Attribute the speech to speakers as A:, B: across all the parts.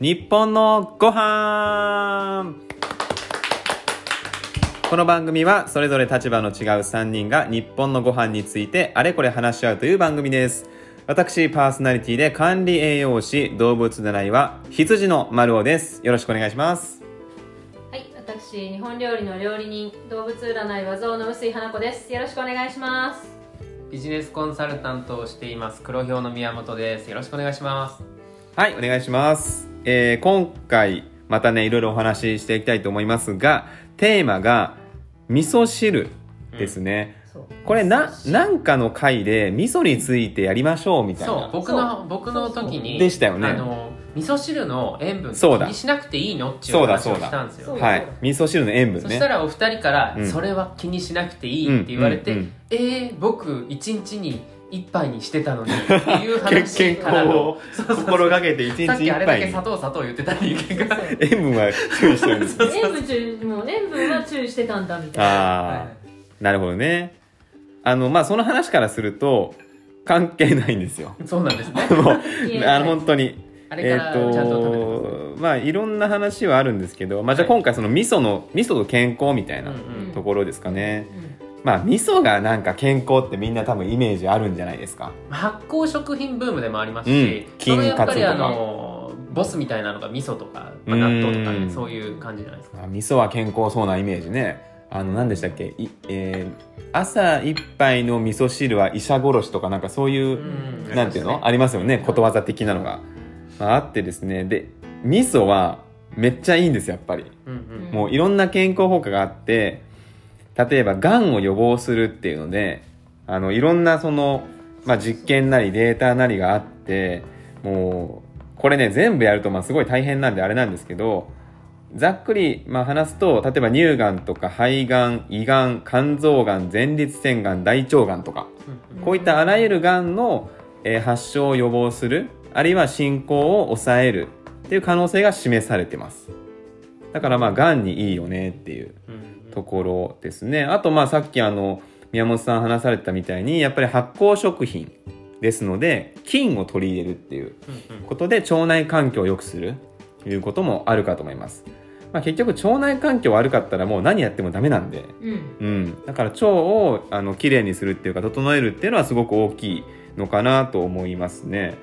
A: 日本のご飯この番組はそれぞれ立場の違う3人が日本のご飯についてあれこれ話し合うという番組です私パーソナリティで管理栄養士動物習いは羊の丸尾ですよろしくお願いします
B: はい、私日本料理の料理人動物占い和蔵の臼井花子ですよろしくお願いします
C: ビジネスコンサルタントをしています黒ひょうの宮本ですよろしくお願いします
A: はい、お願いします。えー今回、またね、いろいろお話ししていきたいと思いますが、テーマが、味噌汁ですね。
B: そう
A: これ、な、なんかの回で、味噌についてやりましょう、みたい
C: そう
A: な。
C: 僕の僕の時に
A: でしたよね
C: あの味噌汁の塩分気
A: そうだ
C: にしなくていいのっていう
A: そうだ
C: 話をしたんです
B: そ
C: よ
B: うだ
A: はい。味噌汁の塩分
C: そ
A: ね。
C: したらお二人から、
A: うん
C: それは気にしなくていいって言われて、
A: うんうんうん
C: えー、僕一日に一杯にしてたのにっていう話
A: 健
C: から
A: 康
C: の
A: を
C: そうそうそう
A: 心がけて、一
C: さっ
A: 日
C: き
A: 一
C: あれだ
A: 杯
C: け
A: に
C: 砂。糖砂糖言ってた人間が
A: 塩分は注意してるんです。
B: 塩分注意もう塩分は注意してたんだみたいな
A: ああ、なるほどね。あの、まあ、その話からすると、関係ないんですよ。
C: そうなんですね
A: もう、
B: いえ
A: あの、本当に。
C: あれからちゃんと食べてま
A: え
C: す、
A: ーとまあいろんな話はあるんですけど、まあ、じゃあ今回その味噌の味噌と健康みたいな
C: うん
A: ところですかね、
B: うん
A: まあ味噌がなんか健康ってみんな多分イメージあるんじゃないですか
C: 発酵食品ブームでもありますし、
A: うん
C: それやっぱ
A: 金
C: りあ
A: 活とか
C: のボスみたいなのが味噌とか、ま
A: う
C: あ、
A: ん
C: 納豆とかねそういう感じじゃないですか
A: あ味噌は健康そうなイメージねあの何でしたっけい、えー朝一杯の味噌汁は医者殺しとかなんかそういう、
C: ん
A: なんていうの
C: あ
A: ありますよねことわざ的なのが、まあ、あってですねで味噌はめっちゃいいんですやっぱり
C: うんうん
A: もういろんな健康効果があって例えばがんを予防するっていうのであのいろんなその、まあ、実験なりデータなりがあってもうこれね全部やるとまあすごい大変なんであれなんですけどざっくりまあ話すと例えば乳がんとか肺がん胃がん肝臓がん前立腺がん大腸がんとか
C: うん
A: こういったあらゆるがんの、えー発症を予防するあるいは進行を抑えるっていう可能性が示されてますだからまあがんにいいよねっていう
C: うん
A: ところですねあとまあさっきあの宮本さん話されてたみたいにやっぱり発酵食品ですので菌を取り入れるっていう
C: うんうん
A: ことで腸内環境を良くするということもあるかと思います、まあ、結局腸内環境悪かったらもう何やってもダメなんで
B: うん
A: うん、だから腸をあの綺麗にするっていうか整えるっていうのはすごく大きいのかなと思いますね。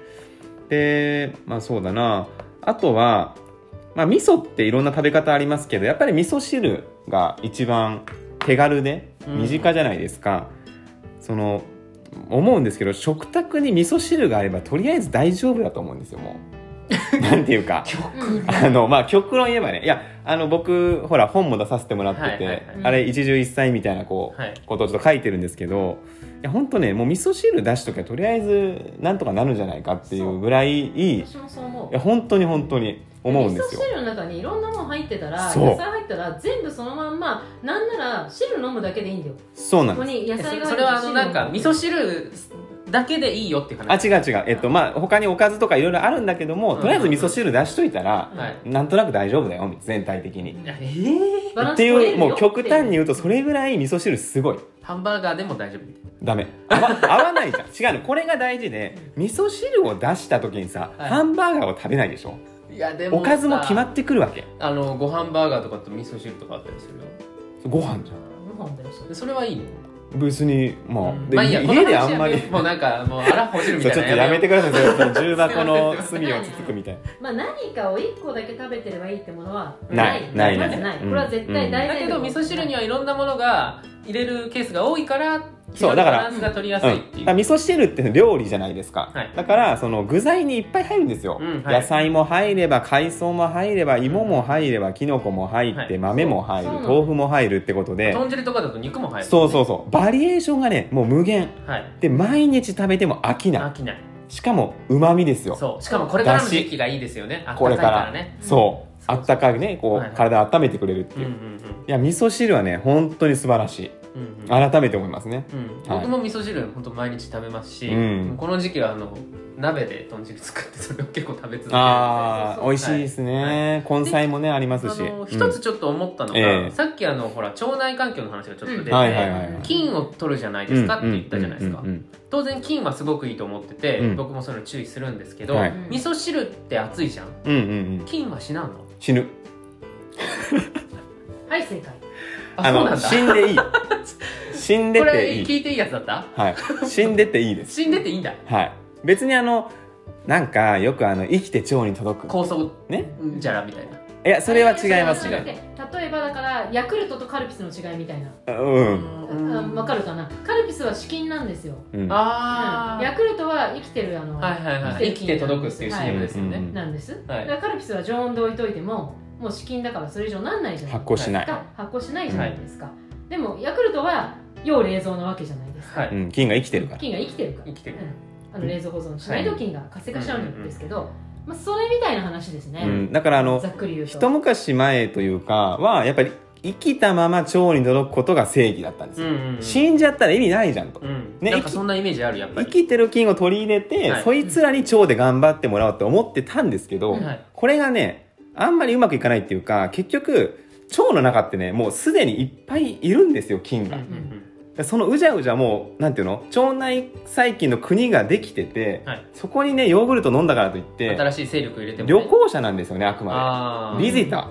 A: でまあそうだなあとは、まあ、味噌っていろんな食べ方ありますけどやっぱり味噌汁が一番手軽で
C: うん
A: 身近じゃないですか。その思うんですけど食卓に味噌汁があればとりあえず大丈夫だと思うんですよもう。 なんていうか
B: うん
A: あのまあ極論言えばねいやあの僕ほら本も出させてもらってて、
C: はいはいはい
A: あれ一汁一菜みたいなこう、
C: はい
A: ことをちょっと書いてるんですけどいや本当ねもう味噌汁出しときゃとりあえずなんとかなるんじゃないかっていうぐらいいいい
B: 私もそう思う
A: や本当に本当に思うんですよ
B: 味噌。汁の中にいろんなもの入ってたら
A: そう
B: 野菜入ったら全部そのまんまなんなら汁飲むだけでいいんだよ
A: そうな
B: こ
A: ん
B: こ
A: です
B: に野
C: え
B: 菜が入ってる
C: そそれはあのなんか味噌
B: 汁
C: 汁だけでいいよっていう
A: あ
C: 話
A: 違う違う、えっとまあ、他におかずとかいろいろあるんだけども、
C: うん
A: とりあえず味噌汁出しといたら、
C: はい
A: なんとなく大丈夫だよ全体的に。
C: いやえー
B: バラ
A: っ
B: ンス
A: て
B: 取れ
A: い
B: る
A: う
B: よ
A: もう極端に
B: っ
A: 言うとそれぐらい味噌汁すごい
C: ハンバーガーでも大丈夫
A: ダメ合わ 合わないじゃん違うのこれが大事で味噌汁を出した時にさ、
C: はい
A: ハンバーガーを食べないでしょ
C: いやでも
A: おかずも決ま
C: て
A: ってくるわけ
C: あのご飯バーガーとかと味噌汁とかあったりするよ
A: ご飯じゃん
B: てご飯だよそれ
C: それはいいの
A: 別にまあ、で
C: まあいいや
A: 家であんまり
C: この話はもうなんかもうあらほじる み
A: そ
C: た
A: う
C: い
A: ちょっ
C: な
A: とやめて
C: く
A: くださいその重箱の
C: す
A: 隅をつつくみたい
B: まあ何かを一個だけ食べてればいいってものは
A: な
B: ないい
A: ない
B: ま
A: ない
B: ずない
A: うん
B: これは絶対大
C: だ
B: 前
C: け
B: 提
C: ど味噌汁にはいろんなものが入れるケースが多いから
A: そうだから
C: バランスが取りやす
A: な、う
C: い
A: ん
C: って
A: だ
C: いう、
A: から味噌汁って料理じゃないですか、
C: はい
A: だからその具材にいっぱい入るんですよ、
C: うんはい
A: 野菜も入れば海藻も入れば芋も入ればきのこも入って、
C: はい
A: 豆も入る
B: そうそうなの
A: 豆腐も入るってことで
C: 豚汁とかだと肉も入る、
A: そうそうそうバリエーションがねもう無限
C: はい
A: で毎日食べても飽きない
C: 飽きない
A: しかもうまみですよ
C: そうしかもこれからの時期がいいですよねあった
A: こ
C: か
A: れ
C: い
A: か
C: から
A: ら
C: ね
A: そう
C: そ
A: あ
C: う
A: ったかいねこ
C: はいう
A: 体温めてくれるって
C: うん
A: いうう、
C: ん
A: いや味噌汁はね本当に素晴らしい
C: うんうん
A: 改めて思いますね
C: うん、
A: はい
C: 僕も味噌汁本当毎日食べますし、
A: うん
C: この時期はあの鍋で豚汁作ってそれを結構食べ続けてるんで
A: ああ
B: そうそうそう
A: 美味しいですね、根菜もねありますし
C: あの一つちょっと思ったのが、
A: ええ
C: さっきあのほら腸内環境の話がちょっと出て、
A: うんはいはいはいはい
C: 菌を取るじゃないですかって言ったじゃないですか当然菌はすごくいいと思ってて、
A: うん
C: 僕もそれを注意するんですけど、
A: はい
C: 味噌汁って熱いじゃん
A: うんうんうん
C: 菌は死なの
A: 死ぬ
B: はい正解
C: あそうなんだ
A: 死ん でいい死んで
C: これ
A: ていい
C: 聞いていいやつだった
A: はい死んでていいです
C: 死んでていいんだ
A: はい別にあのなんかよくあの生きて腸に届く
C: 酵素
A: ね
C: じゃらみたいない
A: やそれは違います
B: それは違
A: ね
B: って例えばだからヤクルトとカルピスの違いみたいな、
A: うん
B: あわかるかなカルピスは資金なんですよ、
A: うん
C: あ
B: うん
C: あ
B: ヤクルトは生きてるあの、
C: はいはいはい生きて届くっていう CM ですよ
A: はい
C: ね
B: なんです、
C: は
B: だ
C: い
B: からカルピスは常温で置いといてももう資金だからそれ以上なんないじゃない
A: 発酵しない、
B: が発酵しないじゃないですか、でもヤクルトは要冷蔵なわけじゃないですか、
C: は
A: う
C: い
A: ん、菌が生きてるから
B: 菌が生きてるから
C: 生きてる
B: うんあの冷蔵保存しないと菌が活性化しちゃうんですけど、まあ、それみたいな話ですね、
A: うん、だからあの
B: ざっくり言うと
A: 一昔前というかはやっぱり生きたまま腸に届くことが正義だったんです
C: う
A: よ、
C: んうん
A: 死んじゃったら意味ないじゃんと、
C: うん
A: ね
C: なんかそんなイメージあるやっぱ
A: 生
C: り
A: きてる菌を取り入れて、
C: はい
A: そいつらに腸で頑張ってもらおうって思ってたんですけど、
B: うん
C: はい
A: これがねあんまりうまくいかないっていうか結局腸の中ってねもうすでにいっぱいいるんですよ菌
C: うんう
A: が、
C: ん
A: そのうじゃうじゃもうなんていうの腸内細菌の国ができてて、
C: はい
A: そこにねヨーグルト飲んだからといっ
C: うん
A: て
C: 新しい勢力入れてもね
A: 旅行者なんですよねあくま
C: あ
A: で
C: ー
A: ビジタ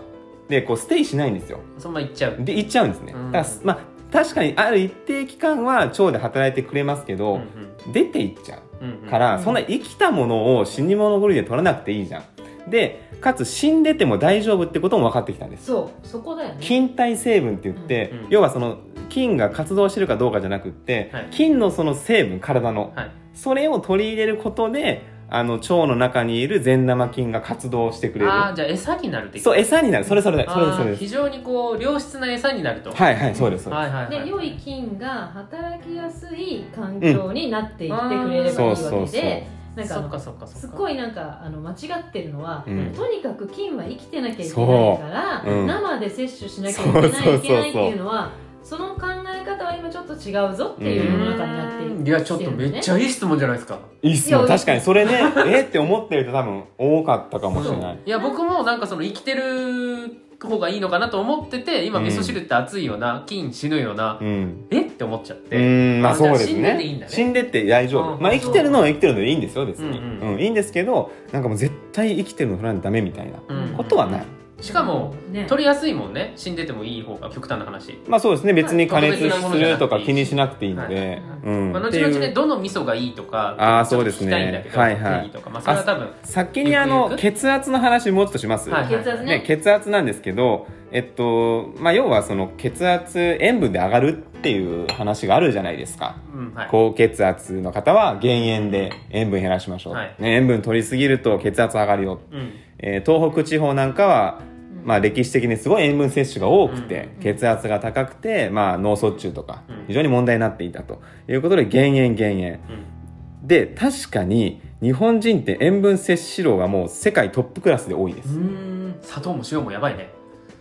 A: ーでこうステイしないんですよ
C: そのまま行っちゃう
A: で行っちゃうんですね、
C: うん
A: だからまあ確かにある一定期間は腸で働いてくれますけど、
C: うん
A: 出て行っちゃう
C: うんうんうん
A: から、
B: うん
A: そんな生きたものを死に物狂いで取らなくていいじゃんでかつ死んでても大丈夫ってことも分かってきたんです
B: そうそこだよね
A: 菌体成分って言って、
C: うんうん
A: 要はその菌が活動してるかどうかじゃなくって、
C: はい
A: 菌のその成分体の、
C: はい
A: それを取り入れることであの腸の中にいる善玉菌が活動してくれ
C: ああ
A: る
C: じゃあ餌になるって
A: そう餌になるそれそれそれです
C: あ
A: それ
C: ー
A: です
C: 非常にこう良質な餌になると
A: はいはいそうですそうです、
C: はいはいはい
B: で良い菌が働きやすい環境になっていってくれればいい
A: そう
B: わ
A: そう
B: け
A: そう
B: で、なんかあ
C: そ
B: の
C: っかそっかそっか
B: すっごいなんかあの間違ってるのは、
A: うん
B: とにかく菌は生きてなきゃいけないから、
A: そううん
B: 生で摂取しなきゃいけない
A: そうそうそうそう
B: いけないっていうのはその考え方は今ちょっと違うぞっていう世の中になってい
C: いやちょっとめっちゃいい質問じゃないですか
A: いいっす
B: い
A: よ
B: や
A: 確かにそれねえって思ってる人多分多かったかもしれない
C: いや僕もなんかその生きてる方がいいのかなと思ってて今
A: うん
C: 味噌汁って熱いよな菌死ぬよな
A: うん
C: えって思っちゃっ
A: う
C: て
A: んまあ
C: あじゃ
A: そ
C: あ
A: うです
C: 死んでていいん
A: ね
C: だね
A: 死んでって大丈
C: う
A: 夫
C: ん
A: まあ生きてるのは生きてるのでいいんですよ別に
C: うんうん
A: うんいいんですけどなんかもう絶対生きてるの取らないとダメみたいな
C: うん
B: うん
A: ことはない
C: しかも、
B: ね
C: 取りやすいもんね死んでてもいい方が極端な話
A: まあそうですね別に加熱
C: まあ特別なもの
A: す
C: じゃな
A: る
C: くてい
A: と
C: い
A: か気にしなくていいの
C: は
A: でう
C: まあ、
A: んって
C: 後々
A: い
C: ね
A: う
C: どの味噌がいいとか
A: あーそうですね
C: ちょっと聞きたいんだけど
A: はいはい
C: 定義とかまあ、それは多分
A: 先にあの
C: ゆく
A: 血圧の話もうちょっとします
C: はい
B: 血圧ね
A: ね血圧なんですけどえっとまあ要はその血圧塩分で上がるっていう話があるじゃないですか
C: うんはい
A: 高血圧の方は減塩で塩分減らしましょう、
C: はい
A: ね、塩分取りすぎると血圧上がるよ、
C: うん
A: えー東北地方なんかは、
B: うん
A: まあ、歴史的にすごい塩分摂取が多くて、
B: うん
A: 血圧が高くて、まあ、脳卒中とか
C: うん
A: 非常に問題になっていたということで減塩減塩
C: うん
A: で確かに日本人って塩分摂取量がもう世界トップクラスで多いで
C: う
A: す、
C: ーん砂糖も塩もやばいね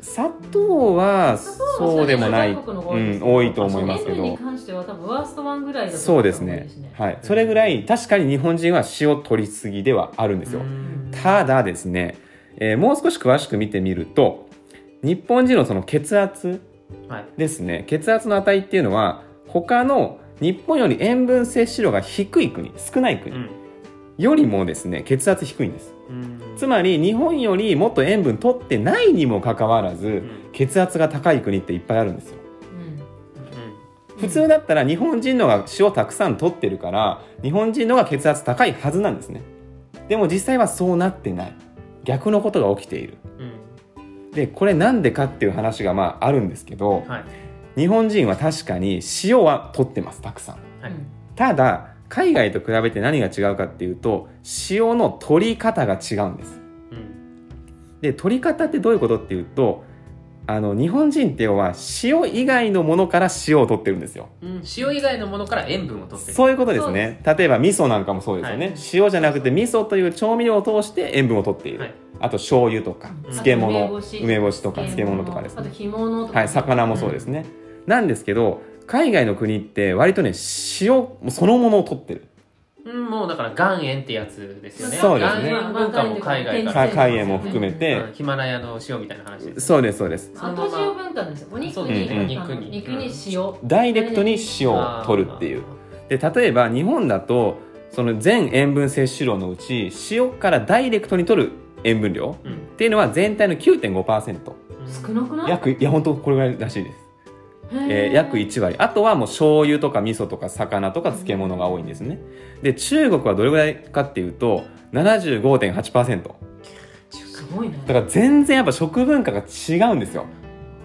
A: 砂糖は
B: 砂糖は
A: そうでもない、
B: 全国の方
A: う
B: が多いです
A: ん、
B: よ
A: 多いと思いますけ
B: 塩分に
A: ど
B: 関しては多分ワーストワンぐらいだと
A: そ
B: 思
A: う
B: いま
A: ですすねはい、それぐらい確かに日本人は塩取りすぎではあるんですよ、
C: うーん
A: ただですね、えーもう少し詳しく見てみると日本人のその血圧
C: はい
A: ですね血圧の値っていうのは他の日本より塩分摂取量が低い国少ない国
C: うん
A: よりもですね血圧低いんです
C: うん
A: つまり日本よりもっと塩分取ってないにもかかわら
C: う
A: ず
C: ん
A: 血圧が高い国っていっぱいあるんですよ
B: うん
A: 普通だったら日本人のが塩たくさん取ってるから日本人のが血圧高いはずなんですねでも実際はそうなってない逆のことが起きている
C: うん
A: でこれなんでかっていう話がまああるんですけ
C: う
A: ど
C: んはい
A: 日本人は確かに塩は取ってますたくさん
C: はい
A: ただ海外と比べて何が違うかっていうと塩の取り方が違うんです
C: うん
A: で取り方ってどういうことっていうとあの日本人って要は塩以外のものから塩を取ってるんですよ
C: うん塩以外のものから塩分を取ってる
A: そういうことですね例えば味噌なんかもそうですよね、
C: はい
A: 塩じゃなくて味噌という調味料を通して塩分を取っている、
C: はい
A: あと醤油とか
B: うん
A: 漬物、
B: あと梅干し
A: 梅干しとか漬物とかですね
B: あと干物とか
A: はい、魚もそうですね、なんですけど海外の国って割とね塩もうそのものを取ってる
C: うん、もうだから岩塩ってやつですよね。
A: そうですね
C: 岩塩文化も海外か
A: か
C: ら。
B: 海
A: 海塩も含めて、
C: うんヒマラヤの塩みたいな話です。
A: そうですそうです
C: そのまま
B: 後塩文化なんですよお肉
C: そう
A: ですね
B: にあの
C: 肉に
B: 肉に塩
A: ダイレクトに塩を取るっていうで例えば日本だとその全塩分摂取量のうち塩からダイレクトに取る塩分量
C: うん。
A: っていうのは全体の9.5%
B: 少なくない
A: 約いや本当これぐらいらしいです、え
B: へ
A: ー
B: ー
A: 約1割あとはもう醤油とか味噌とか魚とか漬物が多いんですねで中国はどれぐらいかっていうと75.8%
B: すごいね
A: だから全然やっぱ食文化が違うんですよ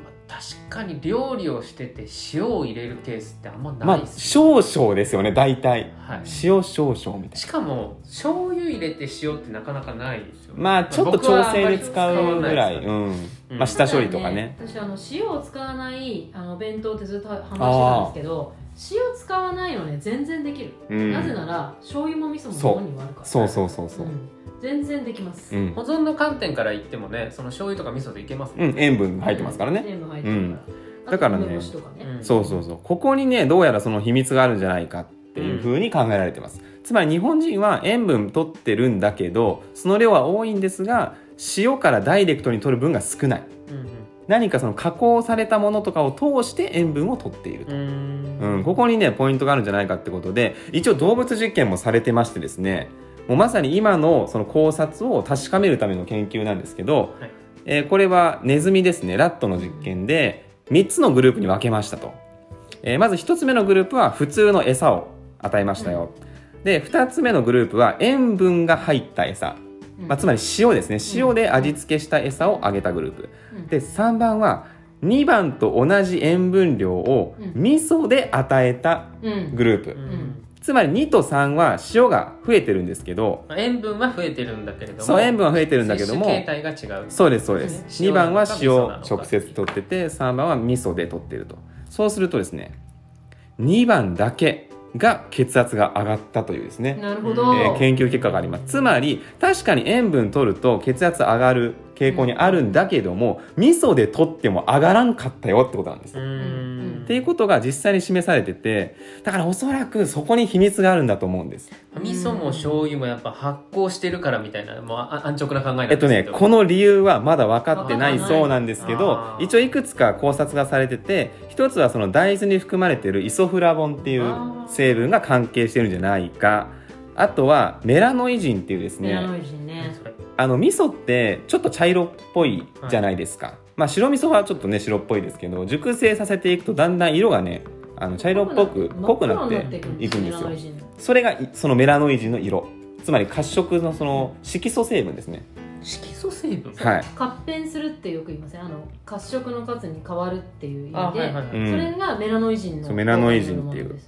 C: まあ確かに料理をしてて塩を入れるケースってあんま
A: ま
C: ない
A: あ
C: です、
A: 少々ですよね大体
C: はい、
A: 塩少々みたい
C: しかも醤油入れて塩ってなかなかないですよね
A: なまあちょっと
C: 僕は
A: 調整で使うぐら
C: あんま
A: い
C: り使わないですよ
A: うん
C: うん
A: まあ下処理とかね
B: ただ私あの塩を使わないあの弁当ってずっと話してたんですけど塩使わないのね全然できる、
A: うん
B: なぜなら醤油も味噌も日
A: そう
B: 本にはあるから
A: そうそうそうそう
B: うん全然できます、
A: うん
C: 保存の観点から言ってもねその醤油とか味噌でいけます
A: う
C: ね
A: ん、塩分入ってますからね、
B: 全部入ってるから、
A: だからね
B: あと梅干しとかね、
C: ん
A: そうそうそうここにねどうやらその秘密があるんじゃないかっていうふうに考えられてます、つまり日本人は塩分取ってるんだけどその量は多いんですが塩からダイレクトに取る分が少ない
C: うん
A: 何かその加工されたものとかを通して塩分を取っていると
C: うんうん
A: うん、ここにねポイントがあるんじゃないかってことで一応動物実験もされてましてですねもうまさに今のその考察を確かめるための研究なんですけど、
C: はい
A: えーこれはネズミですねラットの実験で3つのグループに分けましたと、えーまず1つ目のグループは普通の餌を与えましたよ、で2つ目のグループは塩分が入った餌、
B: うん
A: まあ、つまり塩ですね塩で味付けした餌をあげたグループ、で3番は2番と同じ塩分量を
B: うん
A: 味噌で与えた
B: うんうん
A: グループ、
C: うん
A: つまり2と3は塩が増えてるんですけど
C: まあ塩分は増えてるんだけれども
A: そう塩分は増えて
C: て
A: るんだけども
C: 形態が違う
A: そうですそうです2
C: 塩
A: 番は塩
C: 塩なのか
A: 直接取ってて3番は味噌で取ってるとそうするとですね2番だけが血圧が上がったというですね、
B: なるほ
A: え
B: ど、
C: うん
A: ー研究結果がありますつまり確かに塩分取ると血圧上がる傾向にあるんだけども、味噌で取っても上がらんかったよってことなんです
C: う
B: うん
C: ん
A: っていうことが実際に示されててだからおそらくそこに秘密があるんだと思うんです
C: 味噌も醤油もやっぱ発酵してるからみたいなもうあ安直な考えなん
A: え
C: で
A: っ
C: すけ
A: と
C: ど
A: ねこの理由はまだ分かってない
B: わかんない
A: そうなんですけど
C: あー
A: 一応いくつか考察がされてて一つはその大豆に含まれているイソフラボンってい
C: あ
A: う
C: ー
A: 成分が関係してるんじゃないかあとはメラノイジンっていうです
B: メラ
A: ね
B: ノイジンね
C: それ
A: あの味噌ってちょっと茶色っぽいじゃないですか、まあ白味噌はちょっとね白っぽいですけど熟成させていくとだんだん色がねあの茶色っぽく濃くなっていくんですよそれがいそのメラノイジンの色つまり褐色のその色素成分ですね
C: 色素成分
A: はい
B: 合併するってよく言いませんあの褐色の数に変わるっていう意味で、
C: あはいはいはい、
A: うん
B: それがメラノイジンの
A: そうメラノイジンっていう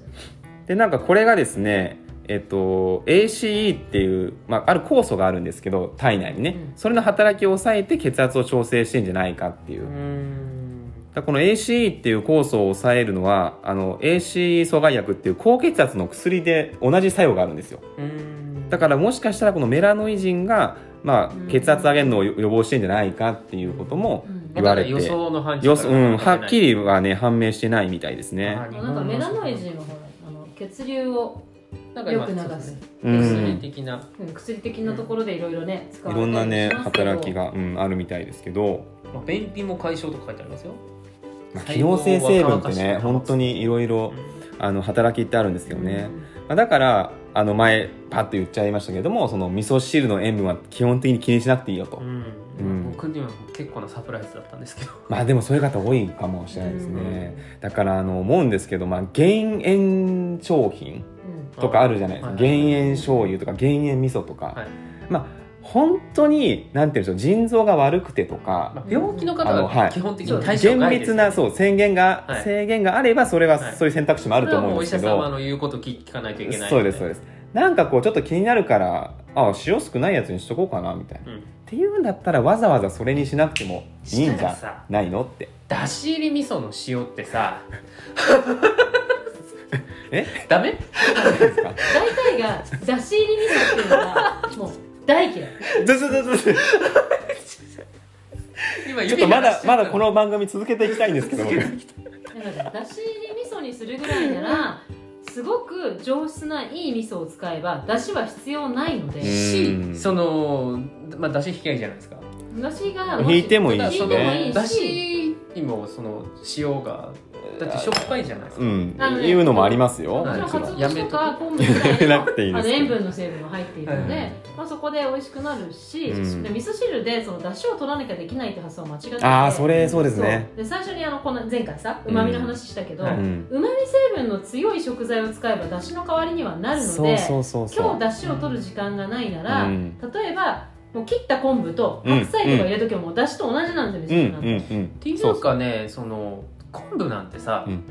A: でなんかこれがですねえっと ACE っていう、まあ、ある酵素があるんですけど体内にね、
B: うん
A: それの働きを抑えて血圧を調整してんじゃないかっていうう、だか
C: ん
A: らこの ACE っていう酵素を抑えるのはあの ACE 阻害薬っていう高血圧の薬で同じ作用があるんですよ
C: うん
A: だからもしかしたらこのメラノイジンが、ま
B: うん
A: あ、血圧上げるのを予防してんじゃないかっていうことも
B: うん
A: 言われて
C: まだ予想の範疇
A: よそうん、はっき
C: り
A: りはね判明してないみたいですね。
C: はい
B: なんかメラノイジンはほらあの血流をよく流す、
A: う
C: 薬
A: ん、
C: 的な
B: うん薬的なところでいろいろね使
A: い
B: われ
A: ろんなね
B: てますけど
A: 働きが、うん、あるみたいですけど、
C: まあ便秘も解消とか書いてありますよ、
A: まあ、
C: 細
A: 機
C: 胞を
A: 能性成分っ
C: 若
A: て
C: 々し
A: ね
C: く
A: 本当にいろいろあの働きってあるんですよね、まあ、だからあの前パッと言っちゃいましたけどもその味噌汁の塩分は基本的に気にしなくていいよと、
C: うん、
A: うん
C: 僕には結構なサプライズだったんですけど
A: まあでもそういう方多いかもしれないですね、だからあの思うんですけど、まあ、減塩商品
B: うん
A: とかあるじゃないですか、
C: はい
A: 減塩醤油とか減塩味噌とか、
C: はい
A: まあ本当になんて言うんでしょう腎臓が悪くてとか、
C: まあ病気の方
A: あのは
C: はい基本的に対象
A: 厳
C: 外です
A: 密なそう宣言が、
C: はい
A: 制限があればそれは
C: はい
A: そういう選択肢もあ
C: あ
A: ると思うんですけ
C: お医者
A: ど、
C: 様の言うこと聞かないといけない
A: そうですそう
C: う
A: ですなんかこうちょっと気になるからあ塩少ないやつにしとこうかなみたいな、っ
C: ん、
A: ていうんだったらわざわざそれにしなくてもいいんじ
C: したら
A: ゃ
C: さ
A: ないのって
C: だし入り味噌の塩ってさ
A: え
C: ダメ
A: ですか
B: 大体がだし入り味噌っていうのがもう大嫌い
A: ずずずずず
C: 今
A: ちょっとまだまだこ
C: の
A: の番組続けていきたいんですけど僕
B: だからだし入り味噌にするぐらいならすごく上質ないい味噌を使えば出汁は必要ないので、
A: うん
C: しそのまあ出汁引き合いじゃないですか
B: 出汁が
A: 引いてもいい
C: ただ
A: し
C: そ
B: 引いて
C: の
B: もいい
A: ね。
C: だしにもその塩がだってしょっぱいじゃないで
A: う
C: すか、
A: ん
B: あの、ね
A: いうのもありますよ。
C: は
B: も
C: い
B: ちろん
A: もちろん
B: 鰹節とか昆布
A: やめなく
B: と
A: ていい
B: か
A: です
B: あの塩分の成分が入っているので、
C: はい
B: まあ、そこで美味しくなるし、
A: うん
B: で味噌汁でその出汁を取らなきゃできないって発想は間違ってて
A: ああ、それ、そうですね。
B: そうで最初にあのこの前回さうまみの話したけど、
C: う
B: う
A: う
B: ま
C: は
B: み
A: ん。
B: 成分の強い食材を使えば出汁の代わりにはなるので
A: そうそうそうそう。
B: 今日出汁を取る時間がないなら、
A: うん
B: 例えばもう切った昆布と
A: うん
B: 白菜とか入れときはもう出汁と同じなんです
A: う
B: よ、
A: ん
B: 味噌汁なん
A: う
B: て
A: ん
C: っていうかねその昆布なんてさ、
A: うん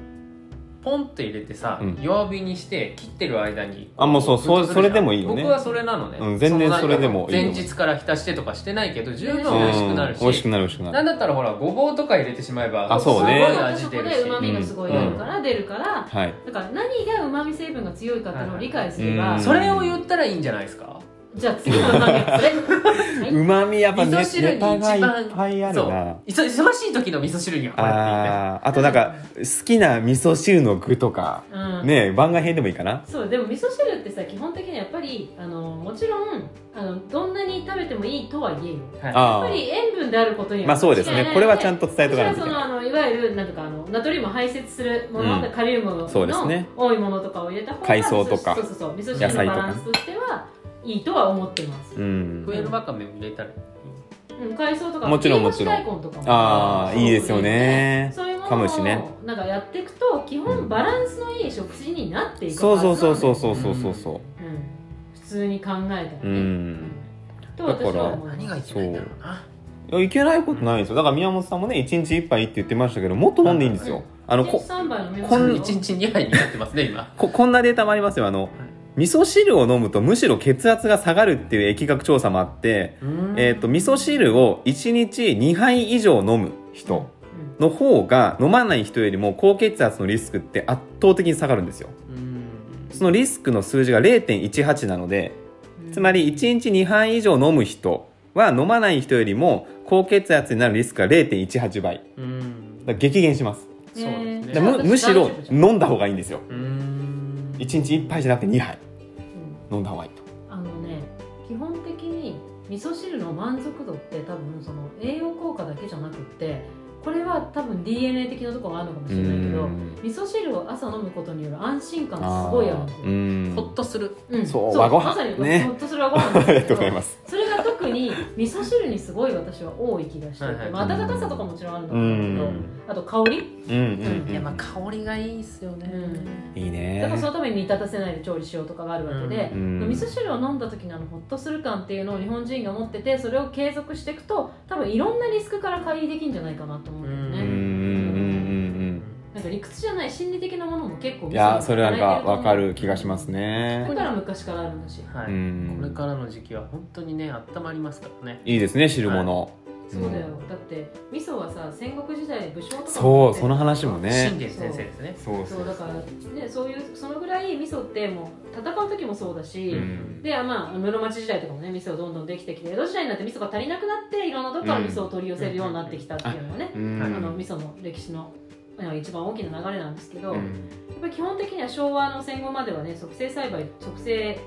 C: ポンって入れてさ、
A: うん
C: 弱火にして切ってる間に
A: あもうそう
C: 沸騰する
A: それ
C: じ
A: それで
C: ゃん
A: もいいよね
C: 僕はそれなのね、
A: うん全然それでもいいよ
C: 前日から浸してとかしてないけど十分
A: うん。
C: 美味しくなるし、
A: うん美味しくなる、美味しくな
C: な
A: る。
C: んだったらほらごぼうとか入れてしまえば
A: あそうね
C: すごい
B: そ
C: 味
B: こ
C: 出る
B: で
C: し
B: うまみがすごいあるから出るから、
A: はい。
B: だから何がうまみ成分が強いかっていうのを理解すれば、
A: うん
C: それを言ったらいいんじゃないですか
B: じゃあ次のうまみ はそれはいう
A: まみやっぱ
C: 味
A: ネ
C: 噌汁に
A: ネ
C: 一番
A: タがいっぱいあるな。
C: いそ忙しい時の味噌汁にはこれっていいね
A: あーあとなんか好きな味噌汁の具とか
B: うん
A: ね番外編でもいいかな
B: そうでも味噌汁ってさ基本的にやっぱりあのもちろんあのどんなに食べてもいいとは言えよ
C: はい
B: や
A: あ
B: っぱ
A: ー
B: り塩分であることには
A: まあそうです
B: 間違いな
A: ね
B: い
A: これはちゃん
B: と
A: と伝えとかないとい
B: そ
A: け
B: の
A: ない
B: あのいわゆるなんとかあのナトリウムを排泄するもの、
A: うん
B: カリウムの
A: そうですね
B: 多いものとかを入れた方が
A: 海藻とか
B: 味噌汁そうそうそう味噌
A: 野
B: 汁
A: 菜
B: の
A: と
B: バ
A: かね
B: ランスとしてはいいとは思ってます、
A: うん
C: ふえるわかめを入れたら
B: うん、海藻とか
A: もちろんもちろん
B: 切り干し大根とかも
A: ああいいですよね
B: そういうも
A: か
B: の
A: も
B: を
A: しね
B: なんかやっていくと基本バランスのいい食事になっていく、
A: そうそうそうそううそうそうそうそ
B: うん、普通に考えたらね、
A: ううん
B: と私は思い
C: 何
B: ま
C: が
B: す
C: いけないんだろうな
A: や
C: い
A: いけないことないんですよだから宮本さんもね1日1杯って言ってましたけどもっと飲んでいいんですよあの
B: 一日
A: こ
B: 三杯飲みま
A: こ
B: す
A: ん
B: よ
C: 一日2杯になってますね今
A: ここんなデータもありますよあの味噌汁を飲むとむしろ血圧が下がるっていう疫学調査もあって、えー、と味噌汁を1日2杯以上飲む人
B: うん
A: の方が飲まない人よりも高血圧のリスクって圧倒的に下がるんですよ
C: うん
A: そのリスクの数字が0.18なので
B: うん
A: つまり1日2杯以上飲む人は飲まない人よりも高血圧になるリスクが0.18倍だか
C: うん
A: ら激減します
C: そうですね
A: だからむむしろ飲んだ方がいいんですよ
C: うん
A: 1日1杯じゃなくて2杯
B: うん
A: 飲んだ方がいいと
B: あのね基本的に味噌汁の満足度って多分その栄養効果だけじゃなくってこれは多分 DNA 的なところがあるのかもしれないけど味噌汁を朝飲むことによる安心感がすごいあるんですよ
A: う、ん
C: ほっとする
B: うん
A: そう和ご飯
B: まさに
A: ね
B: ほっとする和ご飯
A: あ
B: なん
A: り
B: で
A: がと
B: す け
A: うござい
B: ど
A: ます
B: それが特に味噌汁にすごい私は多い気がして
C: はいいは
B: て
C: い
B: まあ温かさとかもちろんあるんだ
A: う
B: ろ
A: ん
B: うけどあと香り
A: うんうん
C: いやまあ香りがいいっすよね、
A: うんいい
B: だからそ
A: ね
B: のために煮立たせないで調理しようとかがあるわけで、
A: うん
B: 味噌汁を飲んだ時のあのホッとする感っていうのを日本人が持っててそれを継続していくと多分いろんなリスクから回避できるんじゃないかなと思うんだよ
A: うんうん
B: ね、
A: うん
B: なんか理屈じゃない心理的なものも結構
A: うんい
B: 味噌には
A: やそれなんかわかる気がしますね
B: だから昔からあるんだし
C: はい、
A: うん
C: これからの時期は本当にね温まりますからね
A: いいですね汁物
B: そうだよだって味噌はさ戦国時代武将とかも
A: そうその話もね
C: 信玄先生ですね
A: そう
B: そうだからねそういうそのぐらい味噌ってもう戦う時もそうだし、
A: うん
B: でまあ室町時代とかもね味噌どんどんできてきて江戸時代になって味噌が足りなくなっていろんなとこから味噌を取り寄せるようになってきたっていうのがね、
A: うん
B: あの味噌の歴史のまあ一番大きな流れなんですけど、
A: う
B: やっ
A: ん
B: ぱり基本的には昭和の戦後まではね促成栽培促成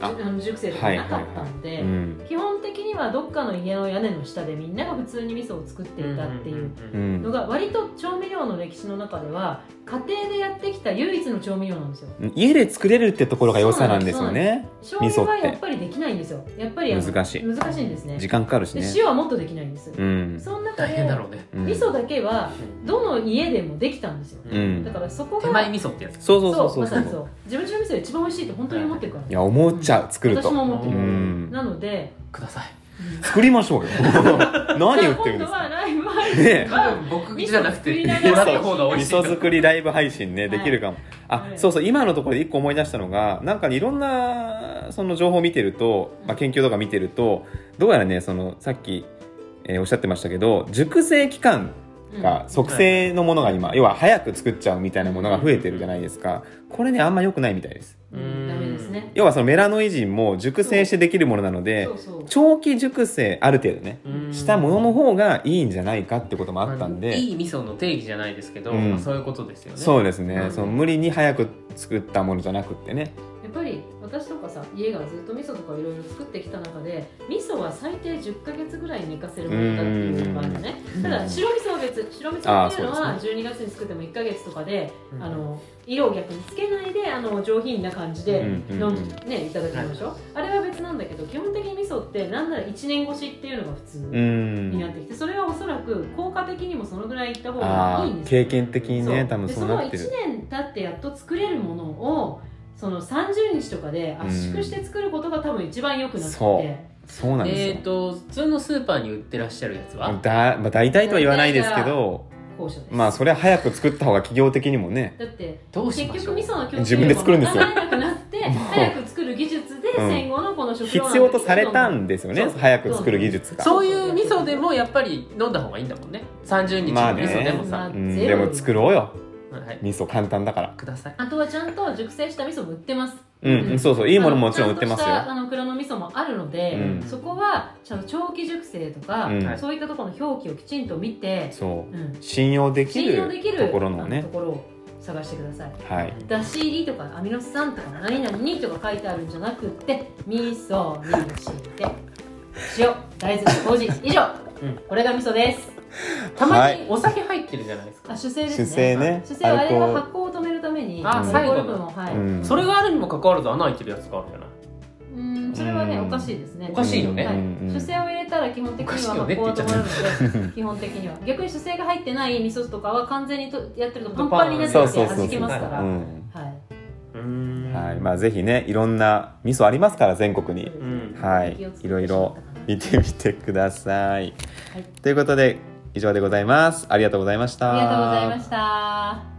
A: あ
B: あの熟成とかなかったので、
A: うん
B: 基本的にはどっかの家の屋根の下でみんなが普通に味噌を作っていたっていう
A: う
B: の
A: ん
B: が割と調味料の歴史の中では家庭でやってきた唯一の調味料なんですよ
A: 家で作れるってところが良さなんですよね
B: 醤油は
A: 味噌って
B: やっぱりできないんですよやっぱりあの
A: 難しい
B: 難しいんですね
A: 時間かかるし
B: で
A: ね
B: 塩はもっとできないんです、
A: うん
B: その中
C: 大
B: で
C: 変だろうね、
A: うん
B: 味噌だけはどの家でもできたんですよ
A: う
B: だ
A: ん
B: からそこが
C: 手前味噌ってやつ
A: そうそうそうそう
B: まさに
A: そ
B: そうう自分の味噌が一番美味しいって本当に思ってるから、
A: いや思っちゃう作る
B: 私も
A: と
B: 思って
A: う
B: る、
A: ん
B: なので、
C: ください
A: 作りましょうよ何言ってるん
B: じ
A: です
B: ゃあ今度
A: か
B: はライブ
A: ね
B: は、
C: 多分僕じゃなくて
B: 味噌作りなが
C: も
B: ら
C: らった方が美味しい
A: 味噌作りライブ配信ねできるかも、
B: は
A: あ
B: い
A: そうそう今のところで一個思い出したのがなんかいろんなその情報を見てると、まあ、研究とか見てるとどうやらねそのさっき、えーおっしゃってましたけど熟成期間
B: うん
A: が促成のものが今、要は早く作っちゃうみたいなものが増えてるじゃないですかこれねあんま良くないみたいです
B: うんダメですね
A: 要はそのメラノイジンも熟成してできるものなので
B: そうそう
A: 長期熟成ある程度ね
C: うん
A: したものの方がいいんじゃないかってこともあったんで、
C: まあいい味噌の定義じゃないですけど、
A: うん
C: まあそういうことですよね
A: そうですね、
C: うん
A: その無理に早く作ったものじゃなくってね
B: やっぱり私とかさ家がずっと味噌とかいろいろ作ってきた中で味噌は最低10ヶ月ぐらいに生かせるものだっていうのがあるのね
A: うん
B: ただ白味噌は別白味噌っていうのは12月に作っても1ヶ月とかで、
C: うん
B: あの色を逆につけないであの上品な感じで
A: うんうん
B: 飲ん、ねいただけるでしょ、あれは別なんだけど基本的に味噌ってなんなら1年越しっていうのが普通
A: う
B: に
A: ん
B: なってきて、それはおそらく効果的にもそのぐらいいった方が
A: あ
B: いいん
A: ー
B: ですよ
A: 経験的にね
B: そう
A: 多分
B: で
A: そ
B: そうの
A: なっ
B: 1
A: てる
B: 年経ってやっと作れるものをその30日とかで圧縮して作ることが多分一番良くなって
A: そう
B: て、
A: そうなんで
C: えっ、ー、
A: すよ、
C: と普通のスーパーに売ってらっしゃるやつは、
A: だまあ、大体とは言わないですけど
B: 後者です
A: まあそれは早く作った方が企業的にもね
B: だって
C: どうし
B: 結
C: ましょ
B: 局
C: う
B: 味噌の供
A: 自
B: 給
A: 分で作るんですよ
B: なくなって
A: もう
B: 早く作る技術で
A: うん
B: 戦後のこの食
A: 必
B: 料
A: 要とされた
B: ん
A: んですよね
B: そう
A: 早く作る技術が
C: そういう味噌でもやっぱり飲んだ方がいいんだもんね30日
A: まあ
C: の味
A: ね
C: 噌でもさ、
B: まあ
A: うん、
B: ゼ
A: で
B: ロ
A: も作ろうよ
C: はい
A: 味噌簡単だから
C: ください
B: あとはちゃんと熟成した味噌も売ってます
A: うん、うん、そうそういいものももちろん売ってますよ
B: あのちゃんとしたあの蔵の味噌もあるので、
A: うん
B: そこはちゃんと長期熟成とか、
A: うん
B: そういったところの表記をきちんと見て、
A: そう
B: うん、
A: 信用でき
B: 信用
A: る
B: できる
A: ところのね
B: ところを探してください
A: はい
B: 出し入りとかアミノ酸とか何々にとか書いてあるんじゃなくって味噌にして塩大豆麹以上、
C: うん
B: これが味噌です
C: たま
A: はい
C: にお酒入ってるじゃないですか、
B: あ主成ですね
A: 主成ね
B: 主成はあれ
A: アルコー
B: は
A: ル
B: 発酵を止めるために
C: あ
B: アルコ
A: 最
C: 後
B: ー
C: の
B: ル分をはい、うん
A: ん
C: それがあるにもかかわらず穴開いてるやつがあるじゃない
B: それはね
A: うん
B: おかしいですね
C: おかしいよね
B: はい
A: うん
B: 主成を入れたら基本的には
C: おかしいよ
B: 発
C: ね
B: 酵
C: って
B: を
C: 言
B: 止
C: っちゃっ
B: ま
C: た
B: るので 基本的には逆に主成が入ってない味噌とかは完全にとやってるとパンパンになっちゃって
A: そうそうそうそう
B: 弾けますから、
A: うん
B: はい
C: うん
A: はいまあぜひねいろんな味噌ありますから全国に
C: うん
A: はい
B: 気をつけて
A: いろいろ見てみてください
B: はい
A: ということで以上でございますありがとうございました
B: ありがとうございました。